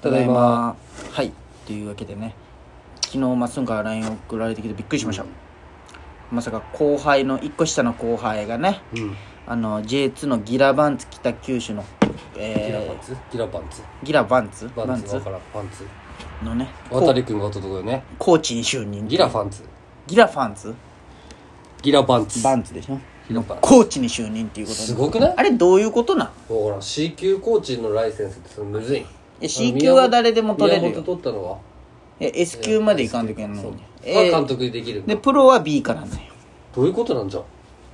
ただいまはいというわけでね昨日まっすんから LINE 送られてきてびっくりしました、まさか後輩の1個下の後輩がねうんあの J2 のギラバンツ北九州の、ギラパえンツギラパンツー、ギラバンツパンツわからんパンツのねこ渡君がおったとこよねコーチに就任ギラファンツギラファンツギラパンツバンツでしょギラパンコーチに就任っていうことですごくないあれどういうことなんほら C 級コーチのライセンスってそれむずいえ C 級は誰でも取れるよ宮本取ったのはえ S 級までいかんといけないそうのかに、え監ー、督できるでプロは B からなんだよどういうことなんじゃ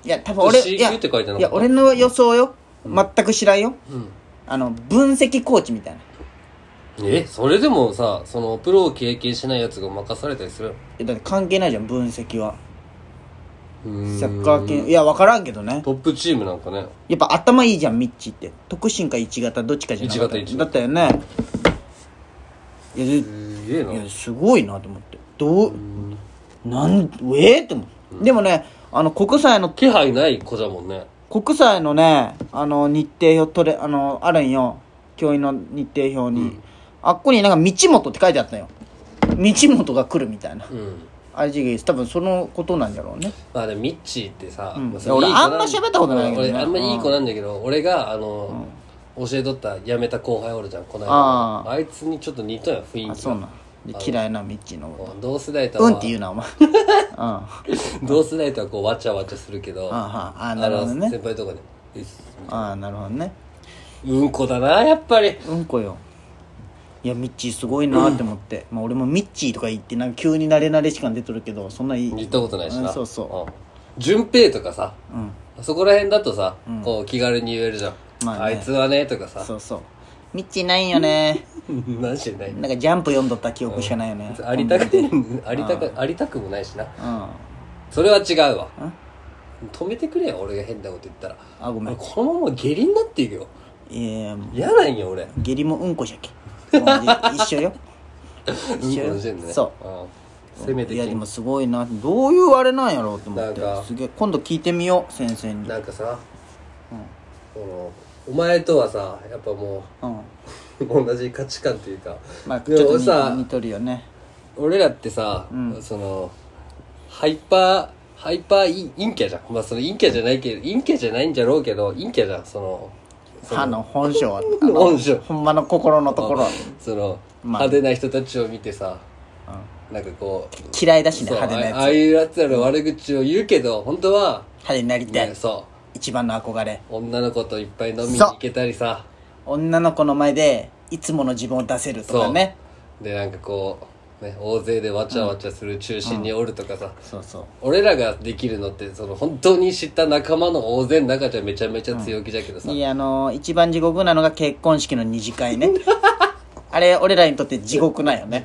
いや多分俺 C いや級って書いてなかったいや俺の予想よ全く知らんようんあの分析コーチみたいなえそれでもさそのプロを経験しないやつが任されたりするえだって関係ないじゃん分析はうーんサッカー系いや分からんけどねトップチームなんかねやっぱ頭いいじゃんミッチって特進か一型どっちかじゃなかった一型だ一型ったよねいやですげえないやすごいなと思ってどうなんええって思う、でもねあの国際の気配ない子じゃもんね国際のねあの日程表取れあのあるんよ教員の日程表に、あっこになんか「道元」って書いてあったよ道元が来るみたいなうんあれ違うです多分そのことなんだろうねまあでもミッチーってさ、んまそれいやいい子俺あなんま喋ったことないけどね俺あんまいい子なんだけど、俺があの、教えとった辞めた後輩おるじゃんこの間ああいつにちょっと似たよ雰囲気あがそうなんで嫌いな道のこうん同世代ととは、うんって言うな お前うんあ同世代とはこうわちゃわちゃするけどああああのなるほどね先輩とかでうっすああなるほどねうんこだなやっぱりうんこよいやミッチーすごいなって思って、まあ、俺もミッチーとか言ってなんか急に慣れ慣れしか出とるけどそんないい言ったことないしうな、んそうそう順平とかさううんそこら辺だとさ、こう気軽に言えるじゃん、まああねいつはねとかさそうそうミッチーないんよね 何してないなんかジャンプ読んどった記憶しかないよねありたく ありたくありたくもないしなうんそれは違うわ止めてくれよ俺が変なこと言ったらあごめ俺んこのまま下痢になっていくよいや嫌なんよ俺下痢もうんこじゃけ 一緒ようん一緒こよの時点でねそううんせめていやできもすごいなどういうあれなんやろうと思ってなんかすげえ今度聞いてみよう先生になんかさ、このお前とはさやっぱもうんう同じ価値観というかまあちでょもっとさ似似とるよね俺らってさ、そのハイパーハイパーイン陰キャじゃんまあその陰キャじゃないけど陰キャじゃないんじゃろうけど陰キャじゃんそのそ歯の本性はの本性ほんまの心のところはその、まあ派手な人たちを見てさ、なんかこう嫌いだしねそう派手なやつあああいうやつらの悪口を言うけど本当は、派手になりたいね、そ一番の憧れう女の子といっぱい飲みに行けたりさ女の子の前でいつもの自分を出せるとかねでなんかこう、ね、大勢でわちゃわちゃする中心におるとかさ、そうそう俺らができるのってその本当に知った仲間の大勢の中じゃめちゃめちゃ強気じゃけどさ、いやあのー、一番地獄なのが結婚式の二次会 ねあれ俺らにとって地獄なんよね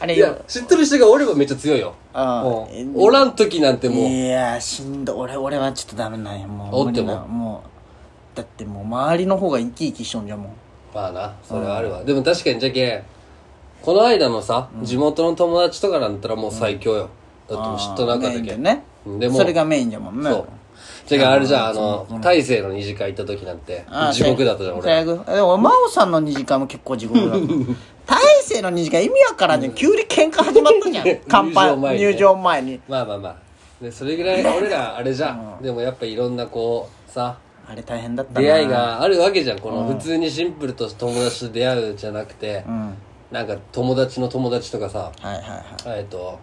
あれいやよ知ってる人がおればめっちゃ強いよああもうえおらん時なんてもういやーしんど俺俺はちょっとダメなんやもうおっても無理なもうだってもう周りの方が生き生きしとんじゃんもまあなそれはあるわ、でも確かにじゃけこの間のさ、地元の友達とかなんたらもう最強よ、だってもう嫉妬なんかメイだンでけねでもそれがメインじゃもんねそうじゃけあれじゃんあの大勢の二次会行った時なんてああ地獄だったじゃん最俺悪でも真央さんの二次会も結構地獄だった 大勢の二次会意味わからんじゃん急に喧嘩始まったじゃん乾入場前杯にね入場前にまあまあまあでそれぐら い俺らあれじゃん、でもやっぱいろんなこうさあれ大変だったな出会いがあるわけじゃんこの普通にシンプルと友達と出会うじゃなくて、うんなんか友達の友達とかさはいはいはいえっと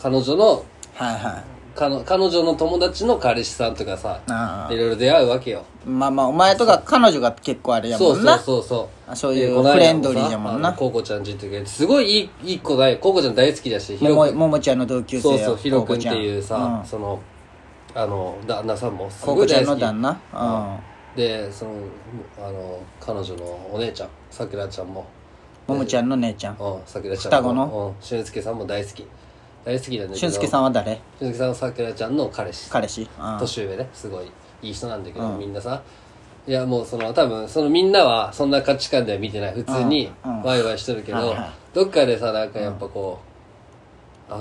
彼女のはいはい彼彼女の友達の彼氏さんとかさあいろいろ出会うわけよあまあまあお前とか彼女が結構あれやそもうんそなうそうそあうそういうでこの間もさフレンドリーじゃもんなあのコウコちゃんちっていうすごいいいいい子だよコウコちゃん大好きだしヒもロも君ももちゃんの同級生そうよそうヒロ君っていうこさそのあの旦那さんもすこごいちゃん大うんこうこちゃんの好旦き那うんでそのあの彼女のお姉ちゃんさくらちゃんもももちゃんの姉ちゃんうんさくらちゃんも双子のうん俊介さんも大好き大好きなんだけど俊介さんは誰俊介さんはさくらちゃんの彼氏彼氏うん年上ねすごいいい人なんだけど、みんなさいやもうその多分そのみんなはそんな価値観では見てない普通にうんうんワイワイしてるけど、はいはいどっかでさなんかやっぱこう、あ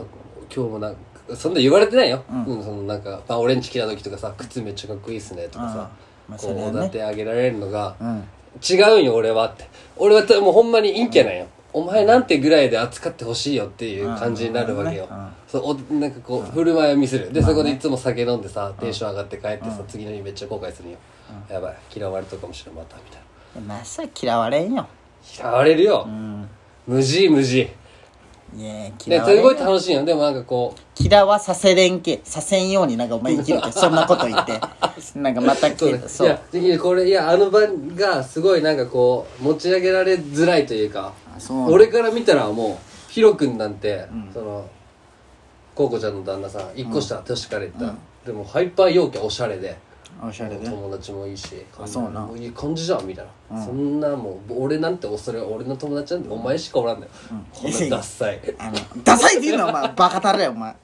今日もなんかそんな言われてないよ、うんそのなんか、まあ、俺んち来た時とかさ靴めっちゃかっこいいっすねとかさ、うんまあこそれはうねおだてあげられるのが、うん違うんよ俺はって俺はたもうほんまに陰キャなんよ、お前なんてぐらいで扱ってほしいよっていう感じになるわけよ、うんうんうんそうおなんかこう振る舞いを見せるでそこでいつも酒飲んでさテンション上がって帰ってさ、次の日めっちゃ後悔するんよ、やばい嫌われたかもしれんまたみたいなまさ嫌われんよ嫌われるよ、うん無事無事いやね嫌わすごれい楽しいよでもなんかこう嫌わさせれんけさせんようになんかお前生きるけそんなこと言って なんかまたそうけねそいやうできるこれいやあの場がすごいなんかこう持ち上げられづらいというかあそう俺から見たらもうヒロ君なんて、そのコウコちゃんの旦那さん1個下年から言った、でもハイパー陽キャおしゃれでおしゃれで友達もいいしあそうなもいい感じじゃんみたいな、そんなもう俺なんて恐れ俺の友達なんてお前しかおらんのよ、こんなダッサいあのダサいって言うのはお前バカたれよお前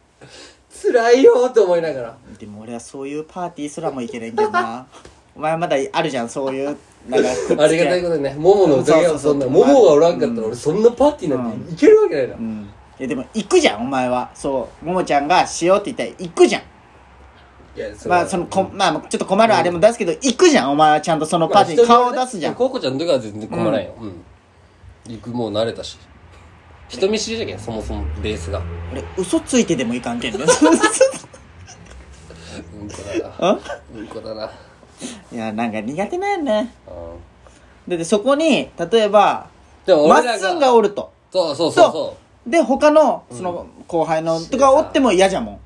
辛いよって思いながらでも俺はそういうパーティーすらもいけないんだよなお前まだあるじゃんそういうなんかありがたいことにね、モモのおかげそはうそうそそうんな、モモがおらんかったら俺そんなパーティーなんていけるわけないなう。んいやでも行くじゃんお前はそうももちゃんがしようって言ったら行くじゃんいや、れはまあそのこ、まあ、ちょっと困るあれも出すけど行くじゃんお前はちゃんとそのパーティーに顔を出すじゃんコウコちゃんとかは全然困らんよ。うん。行く、もう慣れたし。人見知りじゃけん、そもそもベースが。俺嘘ついてでもいかんけんね うんこだな。うんこだな。うん。いやなんか苦手なんやねだってそこに例えばでもまっ俺らすんが、がおるとそうそうそうそで他のその後輩のとかおっても嫌じゃんもんう。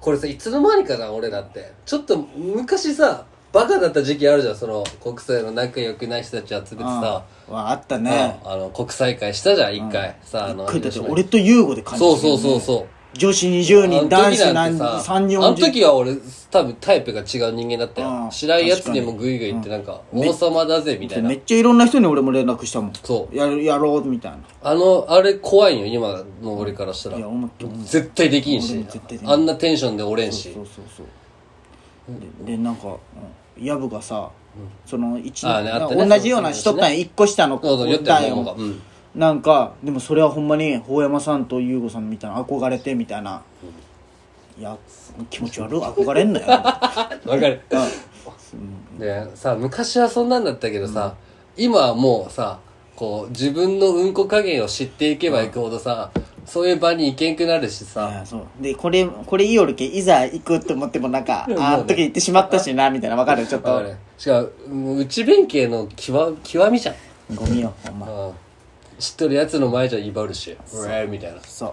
これさ、いつの間にかな、俺らって。ちょっと昔さ、バカだった時期あるじゃん、その、国際の仲良くない人たち集めてさ。うんわあったねうんあの、国際会したじゃん、一回。さ、あの、くだって俺と優吾で感じそうそうそうそう。女子20あの人時なん男て子何人さ3人あの時は俺多分タイプが違う人間だったうんよ知らんやつにもグイグイ言ってなんか王様だぜみたいなめっちゃいろんな人に俺も連絡したもんそうやるやろうみたいなあのあれ怖いよ今の俺からしたいやら思っても絶対できん俺しも絶対できんあんなテンションでおれんしそうそうそうででなんかうん薮がさその一あーねあったね同じようなしとったんや一個下のそうそう言ったよ桃がうんなんかでもそれはほんまに法山さんと優吾さんみたいな憧れてみたいな、いや気持ち悪い憧れんなよわかるでさ昔はそんなんだったけどさ、今はもうさこう自分のうんこ加減を知っていけばいくほどさ、そういう場に行けんくなるしいさ、やそうでこれこれいいよるけいざ行くって思ってもなんか、あの時行ってしまったしなみたいなわかるちょっわかとるしかも内弁慶の極極みじゃんゴミよほんまうん知っとるやつの前じゃ威張るし「うえ」みたいなそう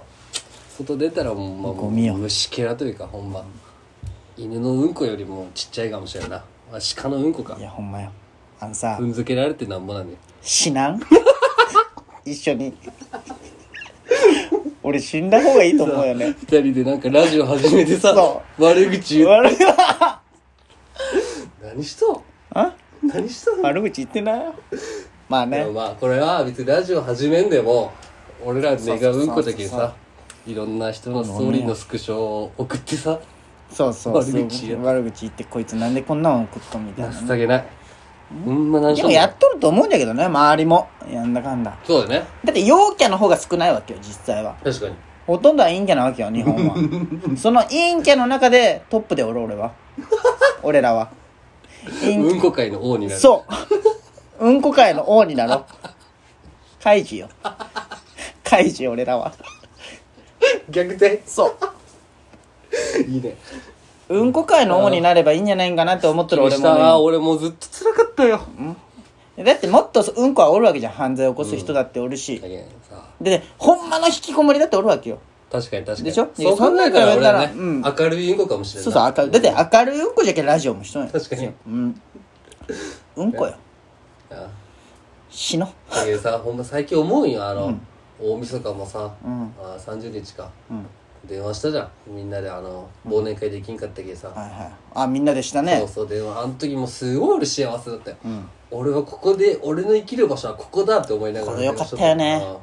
外出たらもう、まあ、ゴミよ虫けらというかほんま犬のうんこよりもちっちゃいかもしれんな、まあ、鹿のうんこかいやほんまよあのさ、踏んづけられてなんぼなんで死なん 一緒に 俺死んだ方がいいと思うよね二人でなんかラジオ始めてさそ悪口言う悪いわ何しとあん何しとん悪口言ってないまあでねもまあこれは別にラジオ始めんでも俺ら根がうんそこだけうそうそうそうさいろんな人のストーリーのスクショを送ってさそうそうそう悪口言う悪口言ってこいつなんでこんなの送ったみたいな情けないほんま何しでともんやのっとると思うんだけどね周りもなんだかんだそうだよねだって陽キャの方が少ないわけよ実際は確かにほとんどは陰キャなわけよ日本 はその陰キャの中でトップでおる俺は俺らは陰キャうんこ界の王になるそう。うんこ界の王になろう。カイジよ。カイジ俺らは。逆転そいいねう。うんこ界の王になればいいんじゃないんかなって思ってる俺俺もも、俺もずっと辛かったよね。だってもっとうんこはおるわけじゃん。犯罪を起こす人だっておるし。だけどさで、ほんまの引きこもりだっておるわけよ。確かに確かにでしょそう考えたらそん俺なのら考えねたら明るいインコかもしれんないそうそう、明るい。だって明るいうんこじゃけんラジオもしとんや。確かにうん。うんこよ。あ死の。だけどさほんま最近思うんよあの大晦日もさあ30日かうん。電話したじゃんみんなであの忘年会できんかったけどさはいはい。あ、みんなでしたねそう。そう電話あの時もすごい俺幸せだったよん俺はここで俺の生きる場所はここだって思いながらこれよかったよねうん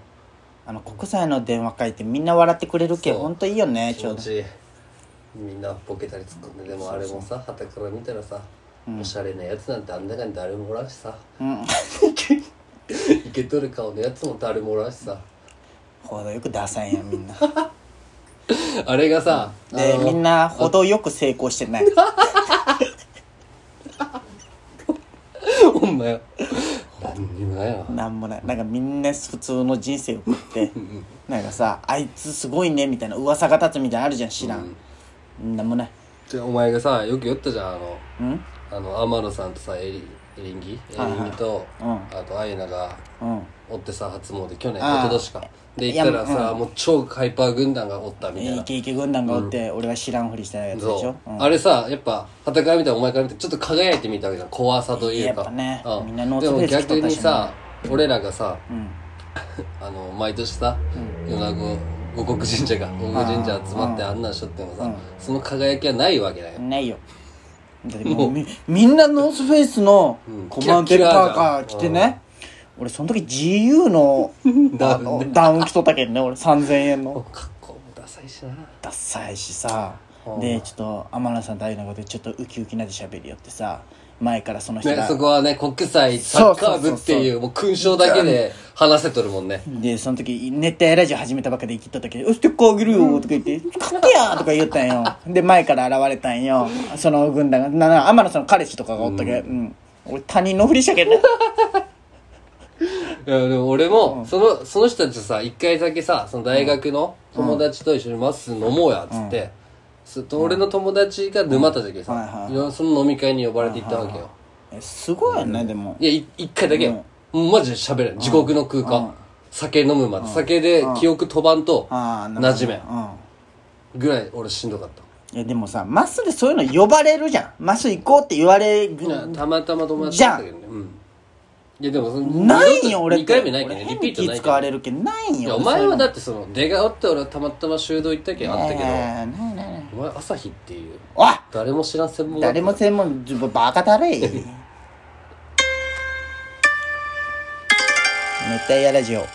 あの、国際の電話会ってみんな笑ってくれるけん、そうほんといいよね、気ちょう持ど。ちいいみんなボケたり突っ込んででもあれもさはたから見たらさ、おしゃれなやつなんてあん中に誰もおらんしさうん。イケとる顔のやつも誰もおらんしさ程よくダサいやんみん なあれがさ、あでのみんな程よく成功してないほんまよない何にもないななんもないなんかみんな普通の人生を送ってなんかさあいつすごいねみたいな噂が立つみたいなのあるじゃん知らん、なんもないでお前がさよく酔ったじゃんあのうんあの天野さんとさエリエリンギエリンギと、うあとアイナがうんおってさ初詣去年あ一あ昨年かで行ったらいさ、もう超ハイパー軍団がおったみたいイなケイケ軍団がおって、俺が知らんふりしてないやつでしそうょ、、うんあれさやっぱはたから見たらお前から見てちょっと輝いてみたわけじゃん怖さというやかっぱねうみんなノースフェイスでも逆に着とったさ俺らがさうん あの毎年さ米子五国神社が五国神社集まってあんなんしとってもさ、その輝きはないわけだよ、ないよだってもうみみんなノースフェイスのうんコマンデーパーカーキ着ラキラだてね俺その時 GU のダあウンねのダウン着とったけんね俺3000円の格好もダサいしなダッサいしさうんでちょっと天野さんと愛のことでちょっとウキウキなで喋りよってさ前からその人ねが、そこはね、国際サッカー部っていう、もう勲章だけで話せとるもんね。でその時熱帯ラジオ始めたばっかで生きとったけど「ステッカーあげるよ」とか言って「買ってや!」とか言ったんよで前から現れたんよその軍団がなな天野さんの彼氏とかがおったけど、うん俺他人のふりしたけどねいや、でも俺も、その、その人たちとさ、一回だけさ、その大学の友達と一緒にマッスン飲もうや、つって、すと俺の友達が沼田じゃけさ、はいはいいろんなその飲み会に呼ばれて行ったわけよ。えすごいよねでもいや、い一回だけよ。もうマジで喋れん。地獄の空間。酒飲むまで。酒で記憶飛ばんと、ああな馴染めん。うんぐらい俺しんどかった。いやでもさマスでそういうの呼ばれるじゃんマス行こうって言われるいやたまたま友達だったけどね。うん。いや、でもその、ないんよ俺っ2て回目ないけどね、リ俺ピ変ートにな気いけ使どわれるけんないんいよやお前はだっってその出があって俺はたまたま修道行ったけんあったけど、ないないないお前朝日っていうおい誰も知らん専門学誰校も専門じゅバカだれ熱帯夜ラジオ